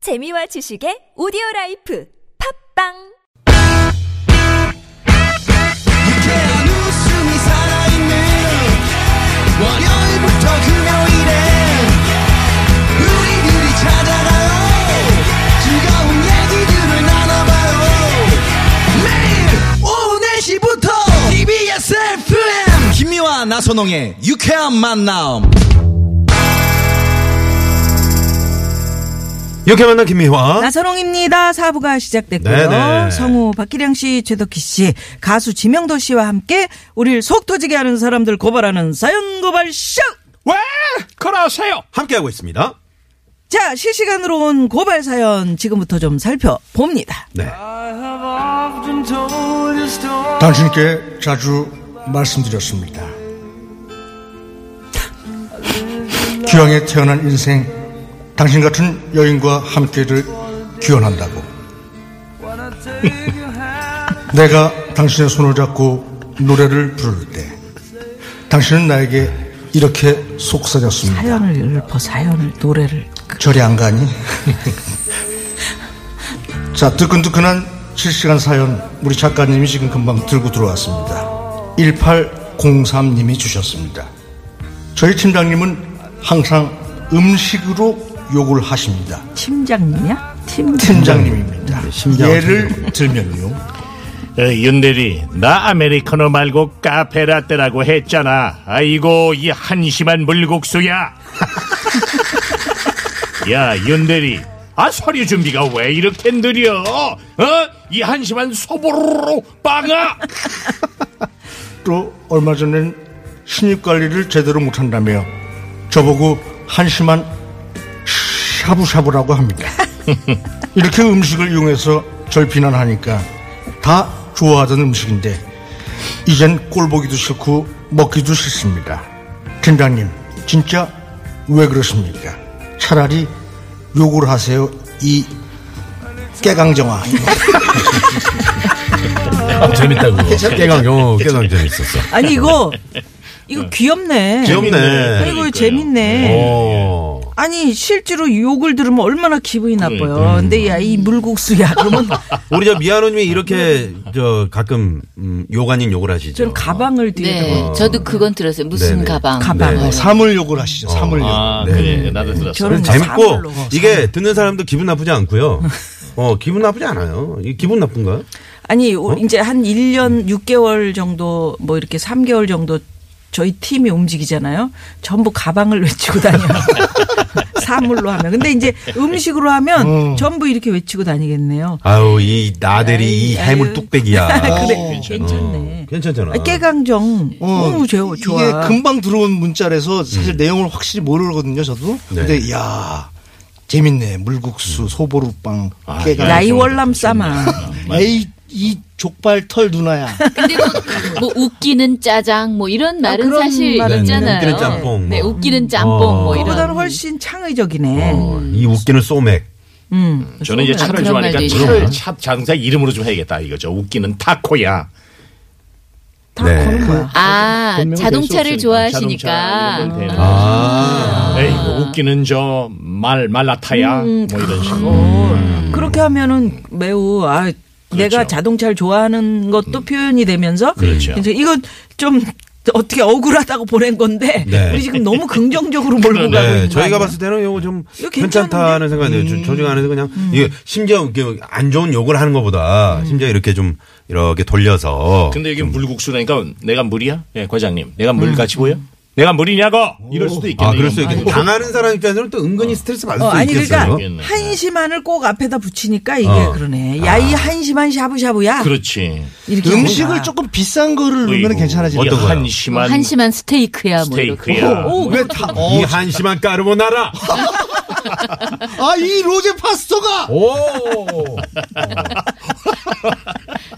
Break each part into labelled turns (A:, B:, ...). A: 재미와 지식의 오디오 라이프 팝빵!
B: 유쾌한 웃음이 살아있는 월요일부터 금요일에 우리들이 찾아가요 즐거운 얘기들을 나눠봐요 매일 오후 4시부터 TBS FM 김미와 나선홍의 유쾌한 만남
C: 이렇게 만난
D: 어?
C: 김미화.
D: 나선홍입니다. 사부가 시작됐고요.
C: 네네.
D: 성우 박기량 씨, 최덕희 씨, 가수 지명도 씨와 함께 우리를 속 터지게 하는 사람들 고발하는 사연 고발 쇼.
C: 왜 그러세요? 함께하고 있습니다.
D: 자, 실시간으로 온 고발 사연 지금부터 좀 살펴봅니다.
C: 네.
E: 당신께 자주 말씀드렸습니다. 기왕에 태어난 인생, 당신 같은 여인과 함께를 기원한다고. 내가 당신의 손을 잡고 노래를 부를 때, 당신은 나에게 이렇게 속삭였습니다.
D: 사연을 읊어 사연을 노래를
E: 저리 안 가니? 자, 뜨끈뜨끈한 실시간 사연 우리 작가님이 지금 금방 들고 들어왔습니다. 1803님이 주셨습니다. 저희 팀장님은 항상 음식으로 욕을 하십니다.
D: 팀장님이야? 팀장.
E: 팀장님입니다. 예를 들면요.
F: 어, 윤대리, 나 아메리카노 말고 카페라떼라고 했잖아. 아이고, 이 한심한 물국수야. 야, 윤대리. 아, 서류 준비가 왜 이렇게 느려? 어? 이 한심한 소보로로 빵아!
E: 또 얼마 전엔 신입 관리를 제대로 못한다며 저보고 한심한 샤브샤브라고 합니다. 이렇게 음식을 이용해서 절 비난하니까 다 좋아하던 음식인데 이젠 꼴 보기도 싫고 먹기도 싫습니다. 팀장님 진짜 왜 그러십니까? 차라리 욕을 하세요 이 깨강정아.
C: 재밌다고. 깨강, 어, 깨강 재밌었어.
D: 아니 이거 이거 귀엽네.
C: 귀엽네.
D: 그리고 재밌네.
C: 어.
D: 아니 실제로 욕을 들으면 얼마나 기분이 나빠요. 근데 야 이 물국수야 그러면
C: 우리 저 미아노님이 이렇게 저 가끔 음, 욕 아닌 욕을 하시죠.
D: 저는 가방을 뒤에
G: 네, 저도 그건 들었어요. 무슨
C: 네네.
G: 가방?
D: 가방을.
C: 네.
E: 사물 욕을 하시죠 사물 욕.
F: 아,
C: 네.
F: 그래, 나도 들었어.
D: 저런
C: 그래서
D: 거
C: 재밌고
D: 사물로.
C: 이게 듣는 사람도 기분 나쁘지 않고요. 어 기분 나쁘지 않아요. 이 기분 나쁜가? 요
D: 아니 오- 이제 한 1년 6개월 정도 뭐 이렇게 3개월 정도 저희 팀이 움직이잖아요. 전부 가방을 외치고 다녀요. 사물로 하면. 근데 이제 음식으로 하면 전부 이렇게 외치고 다니겠네요.
C: 아유 이 나대리 이
D: 아유,
C: 해물
D: 아유.
C: 뚝배기야.
D: 그래 어, 괜찮네.
C: 어, 괜찮잖아.
D: 아, 깨강정 너무 좋아.
E: 어. 이게 금방 들어온 문자라서 사실 내용을 확실히 모르거든요, 저도. 근데 야 재밌네. 물국수, 소보루빵, 깨가.
D: 네, 라이월남 싸마.
E: 네. 에이, 이 족발 털 누나야.
G: 근데 뭐, 뭐 웃기는 짜장 뭐 이런 말은
D: 아, 그런
G: 사실
D: 말은
G: 있잖아요.
C: 웃기는 짬뽕 뭐.
G: 네, 웃기는 짬뽕 뭐 이런.
D: 그보다는 훨씬 창의적이네.
C: 어, 이 웃기는 소맥.
D: 음.
F: 저는 이제 차를
G: 네, 그런
F: 좋아하니까
G: 말도
F: 차를,
G: 있어요.
F: 차 장사 이름으로 좀 해야겠다 이거죠. 웃기는 타코야.
D: 다
C: 네.
D: 그런 거야.
G: 아,
F: 본명은
G: 자동차를
F: 될 수 없으니까. 자동차
G: 좋아하시니까. 뭐
F: 이런 건 되는
C: 아.
F: 에이, 뭐 웃기는 저 말 말라타야 뭐 이런 식으로.
D: 그렇게 하면은 매우 아 내가 자동차를 좋아하는 것도 표현이 되면서
F: 음. 그렇죠.
D: 그래서 이거 좀 어떻게 억울하다고 보낸 건데
C: 네.
D: 우리 지금 너무 긍정적으로 몰고 가고
C: 네,
D: 있는 거
C: 저희가
D: 아니야?
C: 봤을 때는 이거 음. 좀
D: 이거
C: 괜찮다는 생각이 들어요. 저- 저중에 안에서 그냥 이게 심지어 이렇게 안 좋은 욕을 하는 것보다 심지어 이렇게 좀 이렇게 돌려서
F: 근데 이게 물국수라니까 내가 물이야? 예, 과장님. 내가 물같이 보여? 내가 물이냐고? 이럴 수도 있겠네.
C: 아 그럴 수
F: 이건.
C: 있겠네. 당하는 사람 입장에서는 또 은근히 스트레스 받을
D: 어,
C: 수
D: 아니
C: 있겠어요.
D: 그러니까
F: 있겠어요. 네. 아.
D: 한심한을 꼭 앞에다 붙이니까 이게
C: 어.
D: 그러네. 야 이 한심한 샤브샤브야.
F: 그렇죠. 그렇지.
D: 이렇게
E: 음식을
D: 뭔가.
E: 조금 비싼 거를 넣으면
F: 어이구,
E: 괜찮아지죠.
F: 이
C: 어떤 거요?
F: 한심한
G: 한심한 스테이크야 뭐 이렇게.
F: 스테이크야.
D: 오,
E: 왜 다,
F: 그러니까
C: 이
F: 어.
C: 한심한 까르보나라.
E: 아, 이 로제 파스타가!
C: 오. 어.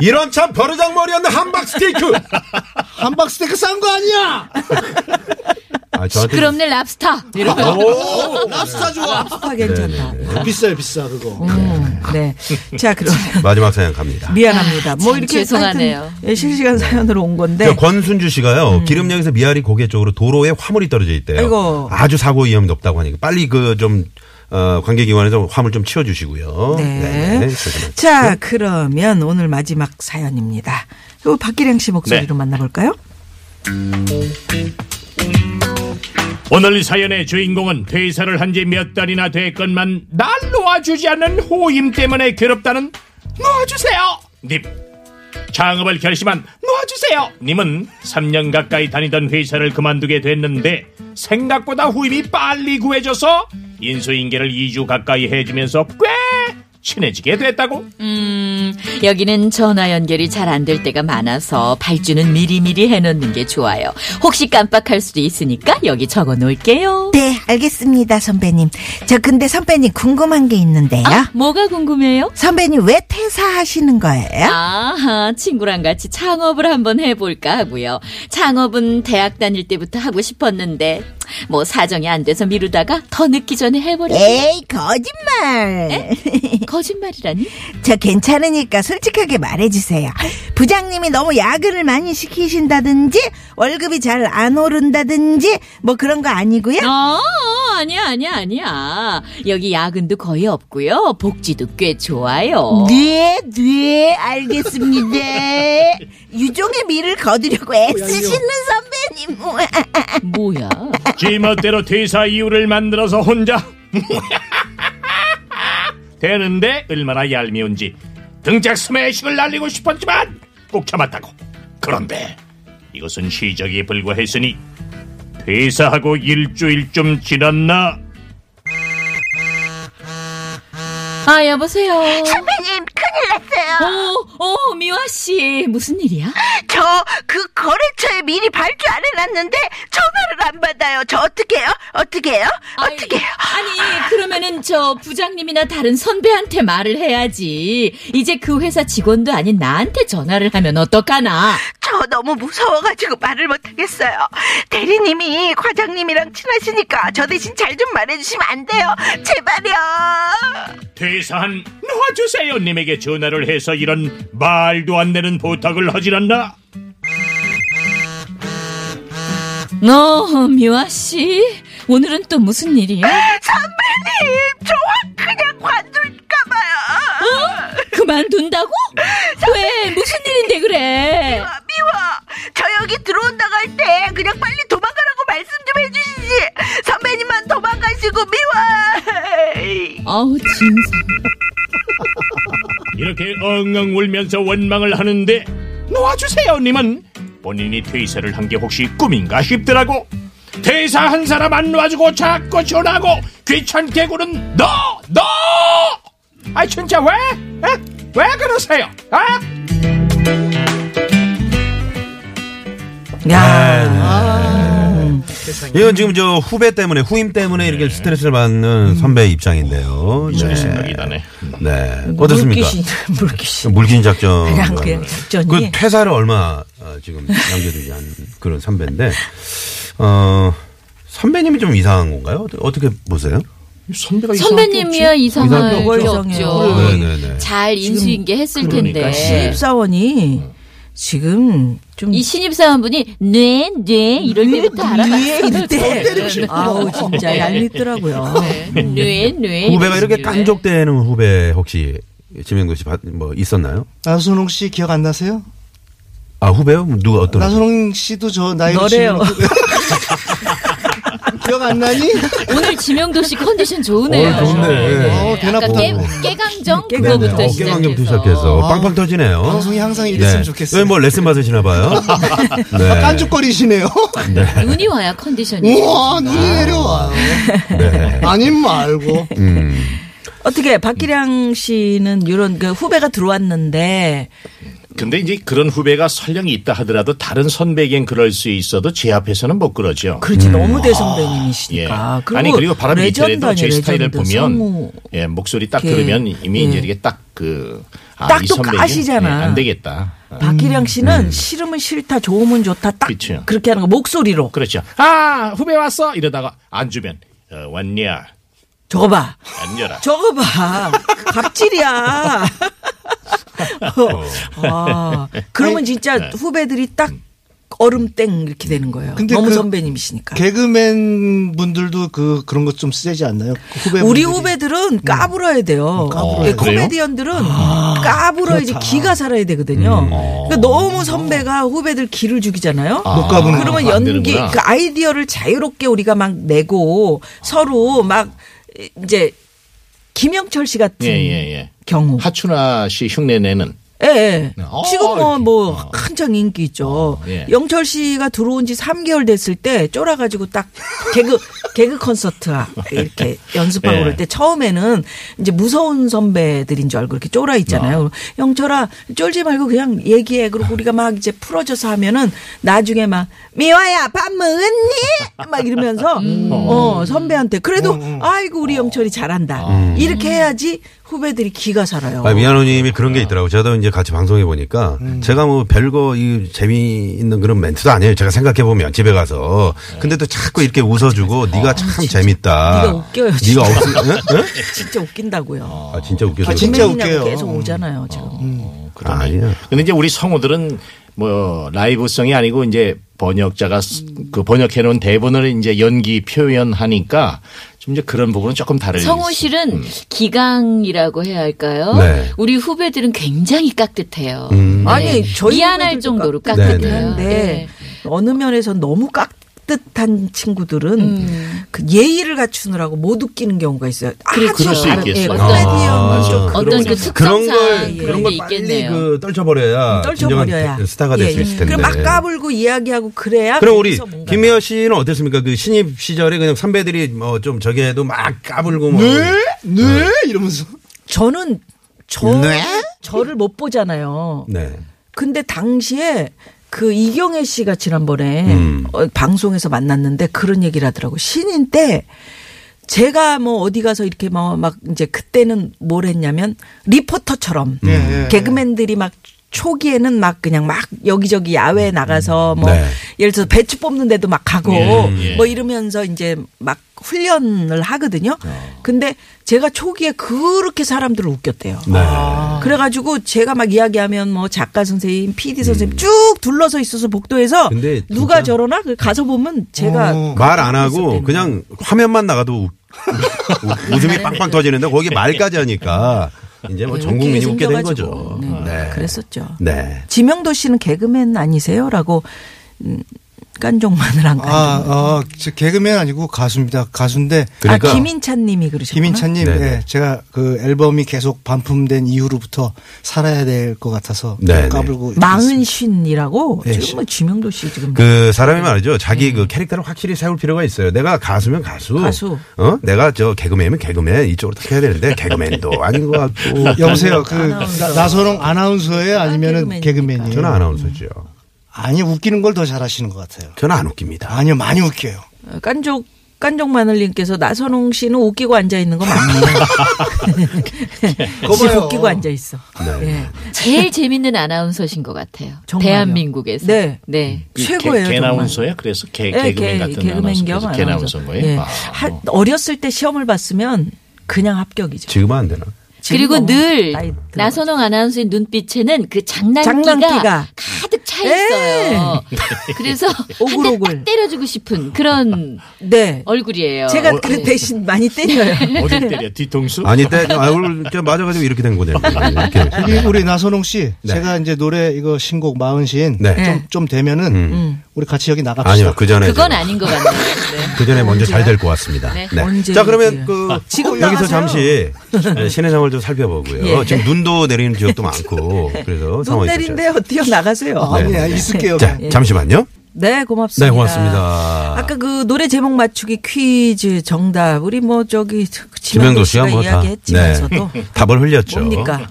C: 이런 참 버르장 머리였는 함박 스테이크.
E: 한박 스테이크 싼 거 아니야!
C: 아, 저한테
G: 시끄럽네 랍스타. 이런 거.
E: 오, 어, 랍스타 좋아!
D: 아, 괜찮다.
F: 네,
E: 비싸요, 비싸, 그거.
D: 음, 네. 자 그러면
C: 마지막 사연 갑니다.
D: 미안합니다. 뭐
G: 참
D: 이렇게
G: 죄송하네요. 음.
D: 하여튼 예, 실시간 사연으로 온 건데.
C: 저
F: 네.
C: 권순주 씨가요 기름역에서 음. 미아리 고개 쪽으로 도로에 화물이 떨어져 있대요.
D: 아이고.
C: 주 사고 위험이 높다고 하니까 빨리 그 좀 어, 관계기관에서 화물 좀 치워주시고요.
D: 네.
C: 네네. 그렇습니다.
D: 자, 그러면 오늘 마지막 사연입니다. 요 박기량 씨 목소리로
F: 네.
D: 만나볼까요?
F: 오늘 사연의 주인공은 퇴사를 한 지 몇 달이나 됐건만 날 놓아주지 않는 호임 때문에 괴롭다는 놓아주세요 님 창업을 결심한 놓아주세요 님은 3년 가까이 다니던 회사를 그만두게 됐는데 생각보다 후임이 빨리 구해져서 인수인계를 2주 가까이 해주면서 꽤 친해지게 됐다고
G: 음, 여기는 전화 연결이 잘 안 될 때가 많아서 발주는 미리미리 해놓는 게 좋아요. 혹시 깜빡할 수도 있으니까 여기 적어 놓을게요.
H: 네, 알겠습니다, 선배님. 저 근데 선배님 궁금한 게 있는데요.
G: 아, 뭐가 궁금해요?
H: 선배님 왜 퇴사하시는 거예요?
G: 아하, 친구랑 같이 창업을 한번 해볼까 하고요. 창업은 대학 다닐 때부터 하고 싶었는데, 뭐 사정이 안 돼서 미루다가 더 늦기 전에 해버렸어요.
H: 에이, 거짓말.
G: 거짓말이라니?
H: 저 괜찮으니까 솔직하게 말해주세요. 부장님이 너무 야근을 많이 시키신다든지, 월급이 잘 안 오른다든지, 뭐 그런 거 아니고요.
G: 아, 아니야, 아니야, 아니야. 여기 야근도 거의 없고요. 복지도 꽤
F: 어?
G: 좋아요.
H: 네, 네, 알겠습니다. 유종의 미를 거두려고
F: 어,
H: 애쓰시는 선배님.
D: 뭐.
G: 뭐야?
F: 지 멋대로 퇴사 이유를 만들어서 혼자 되는데 얼마나 얄미운지 등짝 스매싱을 날리고 싶었지만 꼭 참았다고 그런데 이것은 시적이 불과했으니 퇴사하고 일주일쯤 지났나
G: 아, 여보세요. 선배님, 큰일 났어요. 오, 오, 미화씨. 무슨 일이야?
H: 저 그 거래처에 미리 발주 안 해놨는데 전화를 안 받아요. 저 어떻게요? 어떻게요? 어떻게요?
G: 아니, 아니, 그러면은 저 부장님이나 다른 선배한테 말을 해야지. 이제 그 회사 직원도 아닌 나한테 전화를 하면 어떡하나.
H: 저 너무 무서워가지고 말을 못하겠어요. 대리님이 과장님이랑 친하시니까 저 대신 잘 좀 말해주시면 안 돼요. 제발요.
F: 퇴사한 놓아주세요 님에게 전화를 해서 이런 말도 안 되는 부탁을 하질 않나
G: 너, 미화씨. 오늘은 또 무슨 일이야?
H: 선배님, 저 확 그냥 관둘까봐요.
G: 그만둔다고? 왜? 무슨 일인데 그래?
H: 아, 미워. 저 여기 들어온다고 할 때 그냥 빨리 도망가라고 말씀 좀 해주시지. 선배님만 도망가시고 미워.
G: 아우, 진상.
F: 이렇게 엉엉 울면서 원망을 하는데 놓아주세요 님은 본인이 퇴사를 한 게 혹시 꿈인가 싶더라고 퇴사 한 사람 안 놓아주고 자꾸 전화하고 귀찮게 구는 너! 너! 아 진짜 왜? 에? 왜 그러세요? 아?
D: 야.
C: 이건 지금 저 후배 때문에 후임 때문에 이렇게 스트레스를 받는 선배 입장인데요. 네.
F: 생각이다네
C: 네. 어떻습니까?
D: 물귀신, 물귀신.
C: 물긴 작전.
D: 그냥
F: 어,
D: 그냥 작전이.
C: 그 퇴사를 얼마 어, 지금 남겨두지 않은 그런 선배인데 어 선배님이 좀 이상한 건가요? 어떻게- 어떻게 보세요?
E: 선배가
G: 선배님이야 이상할
D: 이상할
G: 게
D: 게
G: 없죠.
D: 없죠.
C: 네네네.
G: 잘 인수인계 했을 텐데.
D: 네. 신입사원이 지금 좀.
G: 이 신입사원분이 뇌, 뇌 이럴 때부터
D: 뇌
G: 알아봤어요. 네.
D: 이럴 때. 아우,
F: 어,
D: 진짜 얄밉더라고요.
G: 뇌, 뇌.
C: 후배가 이렇게
G: 이러시길래.
C: 깐족대는 후배 혹시 지명도 씨 뭐 있었나요?
E: 나선홍 씨 기억 안 나세요?
C: 아 후배요? 누가 어떤? 후배?
E: 나선홍 씨도 저 나이로
D: 너래요.
F: 그
E: 지금- 기억 안 나니?
G: 오늘 지명도 씨 컨디션 좋으네요.
C: 어, 좋네.
E: 어, 대낮
G: 아까 깨,
E: 보고.
G: 깨강정
C: 네,
G: 그거부터
C: 어깨만경부터
G: 시작해서.
C: 시작해서 빵빵 터지네요.
E: 방송이 항상 이랬으면 좋겠어요. 아,
C: 왜뭐 레슨 받으시나 봐요. 네.
E: 깐죽거리시네요.
G: 눈이 와야 컨디션이.
E: 우와 눈이 내려와.
C: 네.
E: 아님 말고.
D: 어떻게 박기량 씨는 이런 그 후배가 들어왔는데
F: 근데 이제 그런 후배가 설령 있다 하더라도 다른 선배에겐 그럴 수 있어도 제 앞에서는 못 그러죠
D: 그렇지 너무 대선배님이시니까.
F: 예. 음. 아니 그리고 바람 밑에도 제 스타일을 보면
D: 성우.
F: 예, 목소리 딱
D: 이렇게,
F: 들으면 이미
D: 예.
F: 이제 이게 딱그 아,
D: 딱
F: 이
D: 또
F: 선배는,
D: 아시잖아.
F: 예, 안 되겠다. 아,
D: 박기량 씨는 싫으면 싫다, 좋으면 좋다, 딱
F: 그쵸.
D: 그렇게 하는 거 목소리로.
F: 그렇죠. 아 후배 왔어 이러다가 안 주면 어, 왔냐
D: 저거 봐,
F: 안 열어.
D: 저거 봐, 갑질이야. 어. 아, 그러면 진짜 후배들이 딱 얼음땡 이렇게 되는 거예요.
E: 근데
D: 너무
E: 그
D: 선배님이시니까.
E: 개그맨 분들도 그 그런 것 좀 쓰지 않나요? 후배
D: 우리
E: 분들이.
D: 후배들은 까불어야 돼요.
E: 음. 까불어야
D: 예,
E: 돼요? 아,
D: 코미디언들은 까불어야지 기가 살아야 되거든요. 그러니까 너무 선배가 후배들 기를 죽이잖아요.
E: 못 가보는
D: 그러면
E: 거.
F: 안
D: 연기
F: 되는구나.
D: 그 아이디어를 자유롭게 우리가 막 내고 서로 막 이제 김영철 씨 같은
F: 예, 예, 예.
D: 경우.
F: 하춘아 씨 흉내 내는.
D: 예, 예.
F: 어,
D: 지금 뭐,
F: 이렇게.
D: 뭐,
F: 어.
D: 한창 인기 있죠.
F: 어, 예.
D: 영철 씨가 들어온 지 3개월 됐을 때 쫄아가지고 딱 개그, 개그 콘서트 이렇게 연습하고
F: 예.
D: 그럴 때 처음에는 이제 무서운 선배들인 줄 알고 이렇게 쫄아
F: 어.
D: 있잖아요. 영철아, 쫄지 말고 그냥 얘기해. 그리고 우리가 막 이제 풀어져서 하면은 나중에 막 미화야, 밥 먹었니? 막 이러면서
F: 음.
D: 어, 선배한테 그래도 아이고, 우리 영철이
F: 어.
D: 잘한다.
F: 음.
D: 이렇게 해야지 후배들이 기가 살아요.
C: 아, 미아노님이 그런 게 있더라고요. 저도 이제 같이 방송해 보니까 제가 뭐 별거 이 재미있는 그런 멘트도 아니에요. 제가 생각해 보면 집에 가서 근데 또 자꾸 이렇게 웃어주고 네가 참 재밌다.
D: 네가 웃겨요, 진짜.
C: 네가 없으. 응? 응?
D: 진짜 웃긴다고요.
F: 어.
C: 아 진짜 어. 음. 웃겨서.
E: 아,
C: 그래.
E: 진짜
D: 선배님이라고
E: 웃겨요.
D: 계속 오잖아요 지금.
F: 그러네.
E: 예.
C: 아니야.
F: 근데 이제 우리 성우들은 뭐 라이브성이 아니고 이제 번역자가 쓰- 그 번역해 놓은 대본을 이제 연기 표현하니까 좀 이제 그런 부분은 조금 다를
G: 성우
F: 수-
G: 실은 기강이라고 해야 할까요?
C: 네.
G: 우리 후배들은 굉장히 깍듯해요.
D: 음. 아니 저희
G: 미안할
D: 후배들도
G: 정도로
C: 깍듯해요.
G: 깍듯해요.
D: 깍듯한데
G: 네.
D: 어느 면에서 너무 깍듯한 친구들은 그 예의를 갖추느라고 못 웃기는 경우가 있어요. 아주
F: 그럴 수
D: 다른-
F: 있겠어요.
D: 예,
G: 어떤-
D: 코미디언은 좀
G: 어떤
C: 그런
G: 그
C: 거-
G: 특성상
C: 그런 걸 그런
G: 그런 게
C: 걸 빨리
G: 있겠네요.
C: 그 떨쳐버려야
D: 예, 떨쳐버려야
C: 진정한 테- 스타가 될
D: 예,
C: 수
D: 예.
C: 있을 텐데. 예.
D: 그럼 막 까불고 이야기하고 그래야
C: 그럼 우리
D: 거기서 뭔가
C: 김혜연 씨는 어땠습니까? 그 신입 시절에 그냥 선배들이 뭐 좀 저기 해도 막 까불고 뭐.
E: 네? 네? 이러면서.
D: 저는 저 저를 못 보잖아요.
C: 네.
D: 근데 당시에 그 이경혜 씨가 지난번에
C: 음.
D: 어, 방송에서 만났는데 그런 얘기를 하더라고. 신인 때 제가 뭐 어디 가서 이렇게 뭐 막 이제 그때는 뭘 했냐면 리포터처럼
E: 예, 예,
D: 개그맨들이 막 초기에는 막 그냥 막 여기저기 야외에 나가서 뭐
C: 네.
D: 예를 들어서 배추 뽑는데도 막 가고
F: 예, 예.
D: 뭐 이러면서 이제 막 훈련을 하거든요. 근데 제가 초기에 그렇게 사람들을 웃겼대요.
C: 네.
D: 아, 그래가지고 제가 막 이야기하면 뭐 작가 선생님, PD 선생님 쭉 둘러서 있어서 복도에서
C: 음. 근데 진짜- 어.
D: 누가 저러나 그 가서 보면 제가 그
C: 말 안 하고 그냥 화면만 나가도 웃- 웃- 웃음이 빵빵 터지는데 거기 말까지 하니까 이제 뭐 전 국민이 웃게 된 거죠.
D: 네, 아, 그랬었죠.
C: 네.
D: 지명도 씨는 개그맨 아니세요라고 음, 깐종만을 한 깐종.
E: 아, 어, 저 개그맨 아니고 가수입니다. 가수인데
C: 그러니까
D: 아 김인찬님이 그러셨구나.
E: 김인찬님,
C: 네네.
E: 예, 제가 그 앨범이 계속 반품된 이후로부터 살아야 될 것 같아서
C: 네네.
E: 까불고 있습니다.
D: 마흔쉰이라고
E: 예,
D: 지금 뭐 지명도 씨
C: 네.
D: 지금
C: 그 사람이 말이죠. 자기 그 캐릭터를 확실히 세울 필요가 있어요. 내가 가수면 가수.
D: 음. 가수.
C: 어? 내가 저 개그맨이면 개그맨 이쪽으로 딱 해야 되는데 개그맨도 아닌 것 같고.
E: 여보세요, 그 나- 나선홍 아나운서예요,
D: 개그맨이니까.
E: 아니면은 개그맨이에요?
C: 저는 아나운서죠.
E: 아니 웃기는 걸 더 잘하시는 것 같아요.
C: 저는 안 웃깁니다.
E: 아니요, 많이 웃겨요.
D: 어, 깐족 깐족마늘님께서 나선홍 씨는 웃기고 앉아 있는 거 맞네요. 지금 웃기고 앉아 있어. 네.
G: 제일 재밌는 아나운서신 것 같아요.
D: 정말요?
G: 대한민국에서.
D: 네.
F: 그
D: 최고예요, 정말.
F: 개, 개나운서야? 그래서 개, 개그맨
D: 예,
F: 같은
D: 개- 개그맨 겸
F: 아나운서. 개나운서인 거예요?
D: 예.
F: 아,
D: 하-
F: 어.
D: 어렸을 때 시험을 봤으면 그냥 합격이죠.
C: 지금은 안 되나?
G: 그리고
D: 지금
G: 늘
D: 뭐 나이 들어가지고.
G: 나선홍 아나운서의 눈빛에는 그 장난기가,
D: 장난기가. 네.
G: 가득 차 있어요. 그래서 한 대
D: 오글오글.
G: 딱 때려주고 싶은 그런
D: 네.
G: 얼굴이에요.
D: 제가
G: 어,
D: 그
G: 네.
D: 대신 많이 때려요.
F: 어디 때려? 뒤통수? 네.
C: 아니, 때, 아, 오늘 저 맞아가지고 이렇게 된 거네요. 이렇게.
E: 우리, 우리 나선홍 씨,
C: 네.
E: 제가 이제 노래 이거 신곡 마흔신
C: 네.
E: 좀, 좀 되면은
D: 음.
E: 우리 같이 여기 나갑시다.
C: 아니요, 그 전에.
G: 그건 아닌 것 같네요. 네.
C: 그 전에 먼저 잘 될 것 같습니다.
G: 네.
D: 언제요?
C: 자 그러면 그
D: 지금
C: 어, 여기서
D: 나가세요.
C: 잠시 네, 시내 상황을 좀 살펴보고요.
D: 예. 네.
C: 지금 눈도 내리는 지역도 많고 그래서
D: 눈
C: 상황이 좀
D: 내린대요. 뛰어 나가세요.
E: 아니,
C: 네.
E: 아니, 있을게요.
C: 잘- 자 잠시만요.
D: 네, 고맙습니다.
C: 네, 고맙습니다.
D: 아까 그 노래 제목 맞추기 퀴즈 정답 우리 뭐 저기
C: 지명도
D: 지명도
C: 씨가
D: 씨가
C: 뭐 다 네,
D: 이야기했지만서도
F: 그렇죠.
C: 답을 흘렸죠.
D: 뭡니까?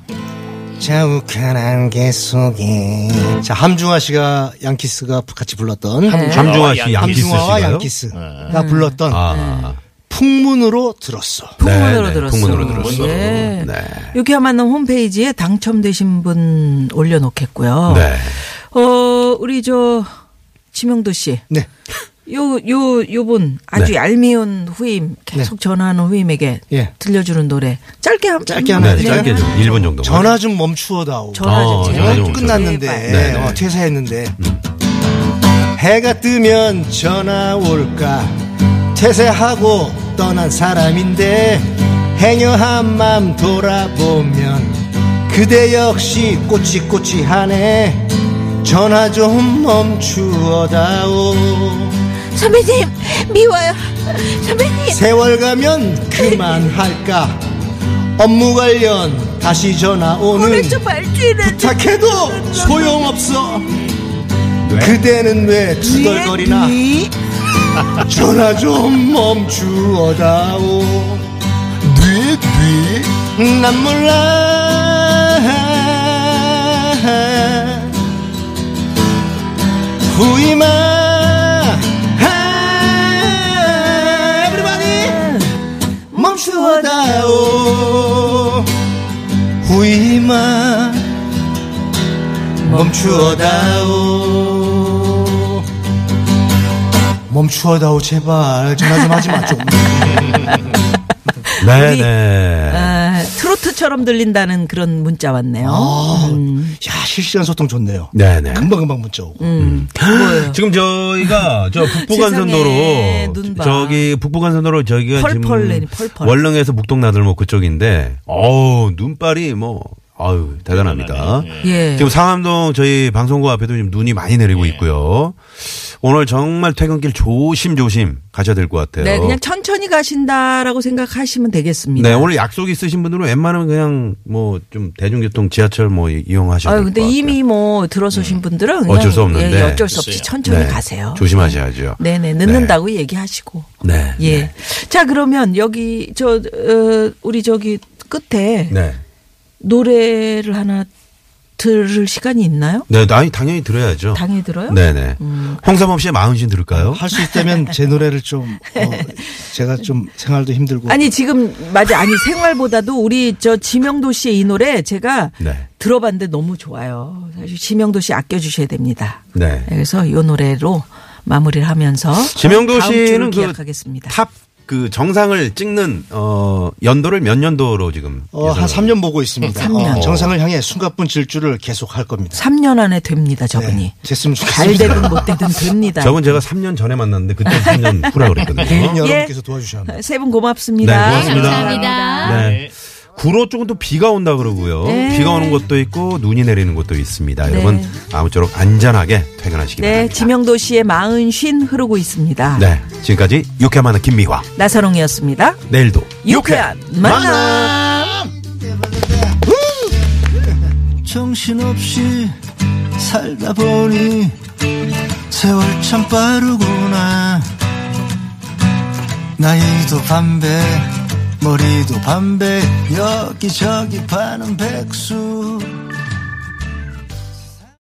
E: 자욱한 안개 속에. 자, 함중아 씨가 양키스가 같이
D: 네.
E: 불렀던.
C: 함중아 씨,
F: 함중아와
C: 어, 양키스
E: 함중아와
C: 씨가요.
E: 양키스가 불렀던
C: 아,
E: 풍문으로 들었어.
D: 풍문으로
C: 네, 네,
D: 들었어.
C: 풍문으로 들었어.
D: 예.
C: 네.
D: 유쾌한 만남 홈페이지에 당첨되신 분 올려놓겠고요.
C: 네.
D: 어, 우리 저 지명도 씨.
E: 네.
D: 요, 요, 요분 아주
C: 네.
D: 얄미운 후임 계속 전화하는 후임에게
E: 예.
D: 들려주는 노래 짧게 한
E: 짧게
D: 음,
E: 하나
C: 네,
E: 네.
C: 짧게 좀 1분 정도.
E: 전화 좀 멈추어다오.
D: 전화 음. 좀
C: 어,
D: 제발.
C: 전화 좀
E: 끝났는데
C: 네, 네.
E: 어, 퇴사했는데 어, 해가 뜨면 전화 올까 퇴세하고 떠난 사람인데 행여한 맘 돌아보면 그대 역시 꼬치꼬치하네 전화 좀 멈추어다오
H: 선배님 미워요 선배님
E: 세월 가면 그만할까 업무 관련 다시 전화 오는
H: 오늘 좀 말주일은
E: 부탁해도 소용없어 그대는 왜
D: 음,
E: 투덜거리나 전화 좀 멈추어다오 뇌뇌난 몰라 후이마 에브리바디 멈추어다오 후이마 멈추어다오 멈추어다오 제발 전화 좀 하지 마 좀.
D: 음.
C: 네네.
D: 아, 트로트처럼 들린다는 그런 문자 왔네요.
E: 아, 야 실시간 소통 좋네요.
C: 네네.
E: 금방 금방 문자 오고.
D: 음. 뭐예요?
C: 지금 저희가 저
D: 세상에,
C: 북부간선도로
D: 눈 봐.
C: 저기 북부간선도로 저기가
D: 펄펄
C: 지금
D: 내리, 펄펄.
C: 월릉에서 목동나들목 그쪽인데 어우 눈발이 뭐 아유 대단합니다.
D: 예.
C: 지금 상암동 저희 방송국 앞에도 지금 눈이 많이
D: 네.
C: 내리고 있고요. 오늘 정말 퇴근길 조심조심 가셔야 될 것 같아요.
D: 네, 그냥 천천히 가신다라고 생각하시면 되겠습니다.
C: 네, 오늘 약속 있으신 분들은 웬만하면 그냥 뭐 좀 대중교통 지하철 뭐 이- 이용하셔야
D: 아유,
C: 될것
D: 근데
C: 같아요. 음.
D: 이미 뭐 들어서신 분들은 그냥
C: 어쩔 수 없는데.
D: 예, 어쩔 수 없이 천천히
C: 네,
D: 가세요.
C: 조심하셔야죠.
D: 네, 네, 늦는다고 얘기하시고.
C: 네.
D: 예.
C: 네.
D: 자, 그러면 여기 저 어, 우리 저기 끝에
C: 네.
D: 노래를 하나 들을 시간이 있나요?
C: 네, 아니 당연히 들어야죠.
D: 당연히 들어요? 음. 아,
C: 네네. 홍삼범 씨의 마흔신 들을까요?
E: 할 수 있다면 제 노래를 좀 어, 제가 좀 생활도 힘들고
D: 아니 지금 맞아 아니 생활보다도 우리 저 지명도 씨의 이 노래 제가
C: 네.
D: 들어봤는데 너무 좋아요. 사실 지명도 씨 아껴 주셔야 됩니다.
C: 네.
D: 그래서 이 노래로 마무리를 하면서
C: 지명도
D: 다음 주를
C: 씨는
D: 기약하겠습니다.
C: 그 탑 그 정상을 찍는 어 연도를 몇 년도로 지금
E: 어, 한
C: 예상을-
E: 3년 보고 있습니다.
D: 삼 년.
E: 어, 정상을 향해 숨가쁜 질주를 계속 할 겁니다.
D: 3년 안에 됩니다, 저분이.
E: 네, 됐으면
D: 잘
E: 좋겠습니다. 어?
D: 되든 못 되든 됩니다.
C: 저분 제가 3년 전에 만났는데 그때 3년 후라 그랬거든요.
E: 개인
D: 예.
E: 여러분께서 도와주셔야 합니다.
D: 세 분 고맙습니다.
C: 네, 고맙습니다.
G: 감사합니다.
C: 네. 구로 쪽은 또 비가 온다 그러고요.
D: 네.
C: 비가 오는 곳도 있고 눈이 내리는 곳도 있습니다.
D: 네.
C: 여러분 아무쪼록 안전하게 퇴근하시기
D: 네,
C: 바랍니다.
D: 지명도 씨의 마흔 쉰 흐르고 있습니다.
C: 네, 지금까지 유쾌한 만남 김미화.
D: 나선홍이었습니다.
C: 내일도
D: 유쾌한 만남.
E: 정신없이 살다 보니 세월 참 빠르구나 나이도 반배 머리도 반배 여기저기 파는 백수